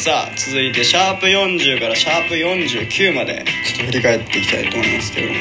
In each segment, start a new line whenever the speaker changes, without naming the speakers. さあ続いてシャープ40からシャープ49までちょっと振り返っていきたいと思いますけども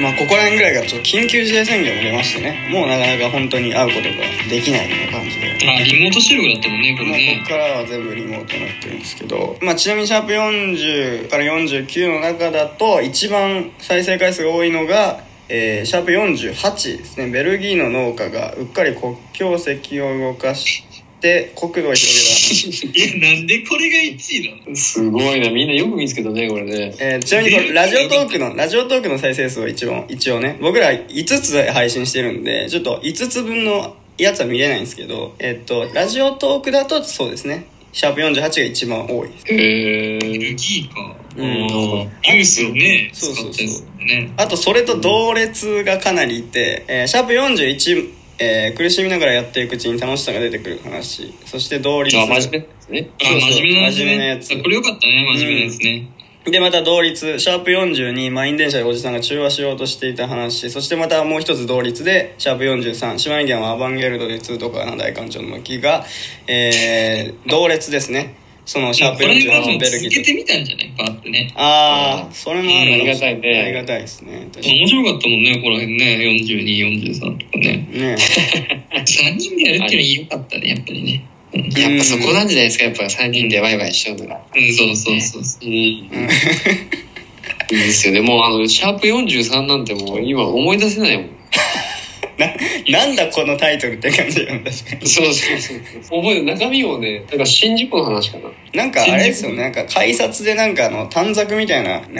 まあここら辺ぐらいからちょっと緊急事態宣言も出ましてねもうなかなか本当に会うことができないような感じで
あリモート収録だったもんねこれ
まあ、こ
ね
こからは全部リモートになってるんですけど、まあ、ちなみにシャープ40から49の中だと一番再生回数が多いのが、えーシャープ48ですねベルギーの農家がうっかり国境石を動かして国土を広げた
い やなんでこれが1位なの
すごいな、みんなよく見つけたね、これね。
えーちなみにこれラジオトークのラジオトークの再生数を一応一応ね僕ら5つ配信してるんでちょっと5つ分のやつは見れないんですけどえっとラジオトークだとそうですねシャープ48が一番多いです
へ
ベル
ー。
ギーか
うん
ニュースをね使
そう
った
そうそう
やつだもんね
あとそれと同列がかなりいて、えーシャープ41、えー苦しみながらやっていくうちに楽しさが出てくる話そして同率
あ、真面目ですね。
あ
そうそう
真面目なやつ
真面目なやつ
ねあこれよかったね真面目なやつね
でまた同率シャープ42満員電車でおじさんが中和しようとしていた話そしてまたもう一つ同率でシャープ43島根県はアバンギャルドで2とかな大館長の巻が、えー同列ですねそのシャープ
これはで
47の
も
ベルギ
続け
ーと
てみたんじゃないバーってね
ああそれもあるかもしれな
うん
あ
あ
り
り
が
が
たいですね確かに
面白かったもんねここら辺ね4243とかね
ね
3人でやるっていうのは良かったねやっぱりね
やっぱそこなんじゃないですか、やっぱ3人でワイワイしちゃうのが。
うんそうそうそうそう
うん。いいですよね。もうあの、シャープ43なんてもう今思い出せないもん。
ななんだこのタイトルって感じよね確かに
そうそうそう。覚えて、中身をね、なんか新宿の話かな。
なんかあれですよね、なんか改札でなんかあの短冊みたいな、な
あ
んか、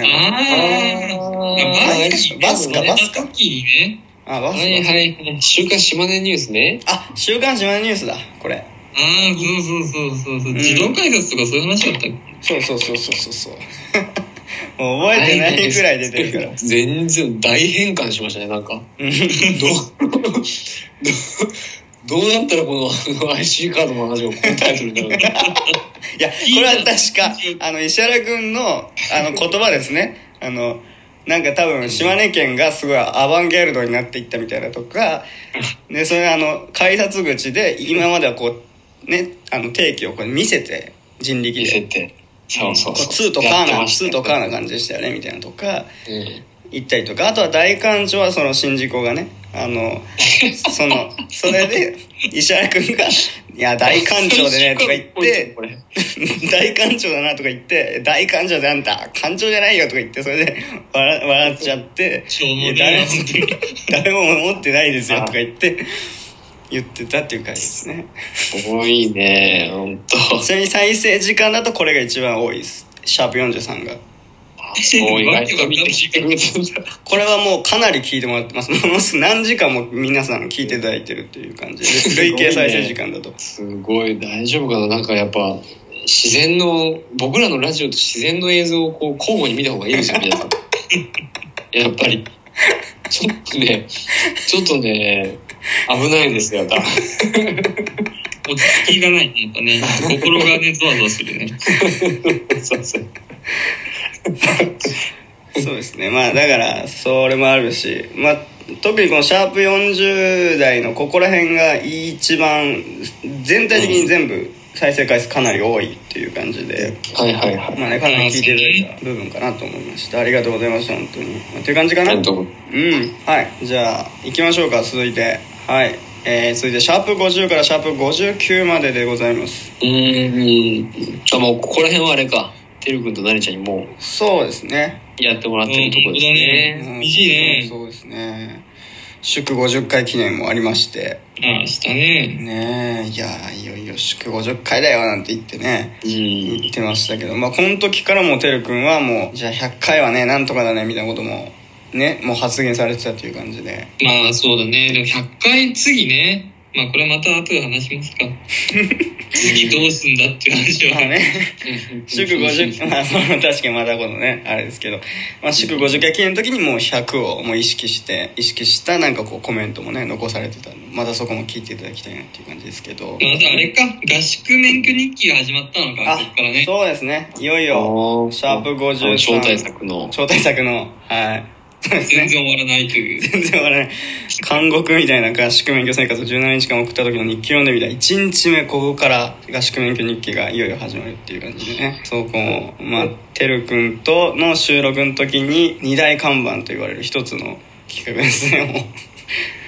ー
バスかバスか
バスね
あ、バスバ
は
ス
いはい。週刊島根ニュースね。
あ、週刊島根ニュースだ、これ。
ああそうそうそうそうそう自動改札とかそういう話だったっけ
そうそうそうそうそうそう。もう覚えてないぐらい出てるから。
全然大変換しましたね、なんか。
うん
どう、 どう、どうなったらこのあの IC カードの話がこのタイトルになるのか。
いや、これは確か、あの、石原くんの、あの、言葉ですね。あの、なんか多分、島根県がすごいアバンギャルドになっていったみたいなとか、で、それあの、改札口で、今まではこう、ね、あの、定期をこれ見せて、人力
見
で
せ。て。そうそう
こ
そうう。
ツーとカ
やっ
ー
て
な、
まし
ツ
た
ーとカーな感じでしたよね、みたいなとか、
うん
行ったりとか、あとは大館長はその新次郎がね、あの、その、それで、石原くんが、いや、大館長でね、とか言って、
これ
大館長だなとか言って、大館長であんた、館長じゃないよとか言って、それで笑笑っちゃって、
しょうもねえ
いや誰も、誰も持ってないですよとか言って、言ってたっていう感じですね。
多いね、ほんと。
ちなみに再生時間だとこれが一番多いです。シャープ43が。
多い。意外と見て聞いてくれてるんだ。
これはもうかなり聞いてもらってます。 ものすごい何時間も皆さん聞いていただいてるっていう感じで、累計再生時間だと。
すごい、大丈夫かななんかやっぱ、自然の、僕らのラジオと自然の映像をこう交互に見た方がいいですよ、皆 さん。やっぱり。ちょっとね、ちょっとね、危ないですよ、多分。
落ち着きがないねやっぱね心がねゾワゾワするね
そうそう。
そうですね。まあだから、それもあるし、まあ特にこのシャープ40代のここら辺が一番、全体的に全部再生回数かなり多いっていう感じで、
はいはいはい。
まあね、かなり聞いていただいた部分かなと思いました。ありがとうございました、本当に。まあ、という感じか
あ
な
りがとう
うんはいじゃあ行きましょうか続いてはい、えー、続いてシャープ50からシャープ59まででございます
うーん。あ、もうここら辺はあれか。てるくんとなりちゃんにも
そうですね
うやってもらってるとこですね。
うん
いいね
そうですね祝50回記念もありまして
ああしたね
ねえいやーいよいよ祝50回だよなんて言ってね
うん。
言ってましたけどまあこの時からもてるくんはもうじゃあ100回はねなんとかだねみたいなこともねもう発言されてたという感じで
まあそうだねでも100回次ねまあこれはまた後で話しますか次どうすんだっていう話は
まあね祝50まあ その確かにまだこのねあれですけど、まあ、祝50回記念の時にもう100をもう意識して意識したなんかこうコメントもね残されてたんでまたそこも聞いていただきたいなっていう感じですけど
またあれか合宿免許日記が始まったのか
あ
ここからね
そうですねいよいよ
あー
シャープ53
招待作の。
招待作のはいそうです
全然
ね。
終わらないという。
全然終わらない。監獄みたいな合宿免許生活を17日間送った時の日記を読んでみたい。1日目、ここから合宿免許日記がいよいよ始まるっていう感じでね。そう、こう、まあ、てるくんとの収録の時に、二大看板と言われる一つの企画ですね。も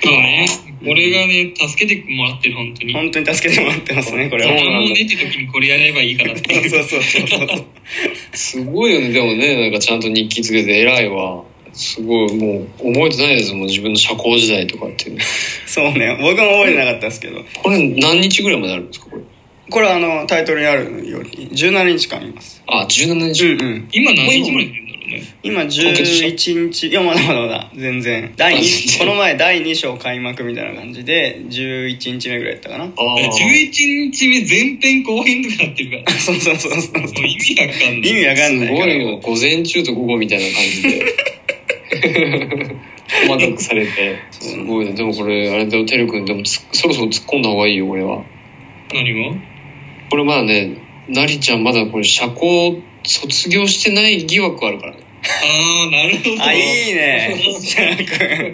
そうね。俺がね、助けてもらってる、本当
う
に。
本当に助けてもらってますね、これ
そう
は。
何もねって時にこれやればいいからって
そ
いうう。
そうそうそうそう。
すごいよね、でもね、なんかちゃんと日記つけて偉いわ。すごい、もう覚えてないですもん、自分の社交時代とかっていうの。
そうね。僕も覚えてなかったですけど。
これ何日ぐらいまであるんですか、これ。
これはあの、タイトルにあるように、17日間います。
あ、17
うん
日。
うん。
今何日ぐらい出るんだろうね。
今11日いやまだまだまだ全然第二この前第2章開幕みたいな感じで11日目ぐらいやったかな
ああ。
11日目前編後編とかやってるから。
そうそうそうそう
もう意味わかんない。
意味わかんない
す
か
ご
ら
いよ、午前中と午後みたいな感じ で。細かくされて。すごいね。でもこれ、あれだよ、てるくん、でもつそろそろ突っ込んだ方がいいよ、これは。
何が
これまだね、なりちゃんまだこれ、社交卒業してない疑惑あるからね。
あー、なるほど。
あいいねシャラ君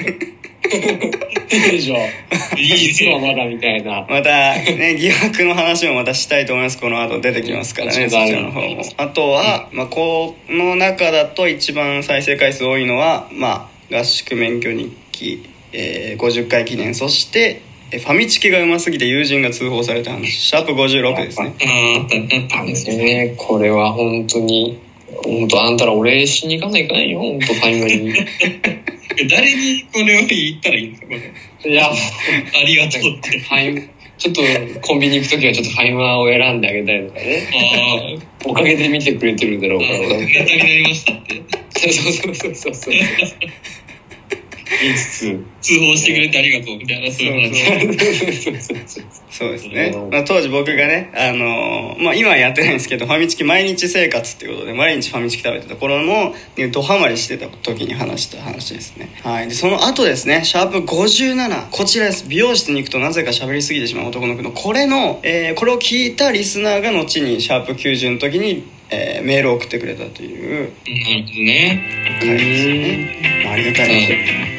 いい じゃん。
いい
実は
ね。
まだみたいな。
またね 疑惑の話もまたしたいと思いますこの後出てきますからね
うん
そちらの方もあとは、まあ、この中だと一番再生回数多いのは、まあ、合宿免許日記、えー50回記念そしてえーファミチキがうますぎて友人が通報された話シャープ56ですね
あー、あったねあった
あ
ね
れね、これは本当に、本当あんたらお礼しに行かないかないよ、本当タイムリー
誰にこれを言ったらいいんですかこれ。
に。いや、
ありがとうって。
タイム、ちょっとコンビニ行くときはちょっとタイマーを選んであげたりとかね。
あー。
おかげで見てくれてるんだろう
あ
から。
ーネタになりましたって。
そうそうそうそうそう。言いつ
通報してくれてありがとうみたいな、そういう話。
つ。
そうですね
うん、
まあ、当時僕がね、あのーまあ、今はやってないんですけどファミチキ毎日生活っていうことで毎日ファミチキ食べてた頃のねドハマりしてた時に話した話ですねはいでその後ですねシャープ57こちらです美容室に行くとなぜか喋りすぎてしまう男の子のこれの、えーこれを聞いたリスナーが後にシャープ90の時に、えーメールを送ってくれたという
なるほどね。
回ですね、まあ、ありがたいな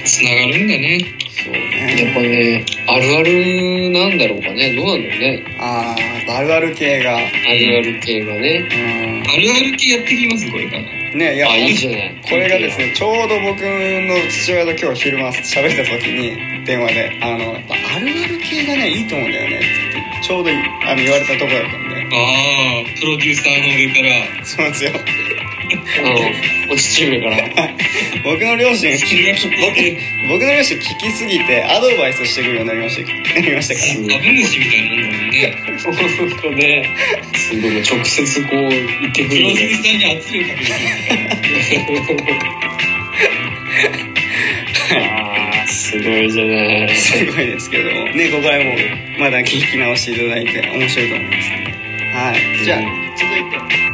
つながるんだね。
そう
やっ
ね
ぱね、あるあるなんだろうかね。どうなんだろうね。
あああるある系が
あるある系がね。
う
あるある系やってきます、これから。
んねいや
あ、いいじゃない。
これがです。ねちょうど僕の父親と今日昼間喋った時に電話で「あのやっぱあるある系がねいいと思うんだよね」って言ってちょうどいいあの言われたとこだったんで
ああ、プロデューサーの上から、
そうなんですよ
うん。お父上から。
僕の両親
それがきっかけ、
僕の両親聞きすぎてアドバイスしてくるようになりましたなりましたから
株主みたいなもんだもんね。
そうね。すごい、直接こう、言ってく
プロ
るよ
デュー
ね。
サーに圧力かけて
あーすごいじゃない。
すごいですけどもねここはもうまだ聞き直していただいて面白いと思いますねはいじゃあ続いて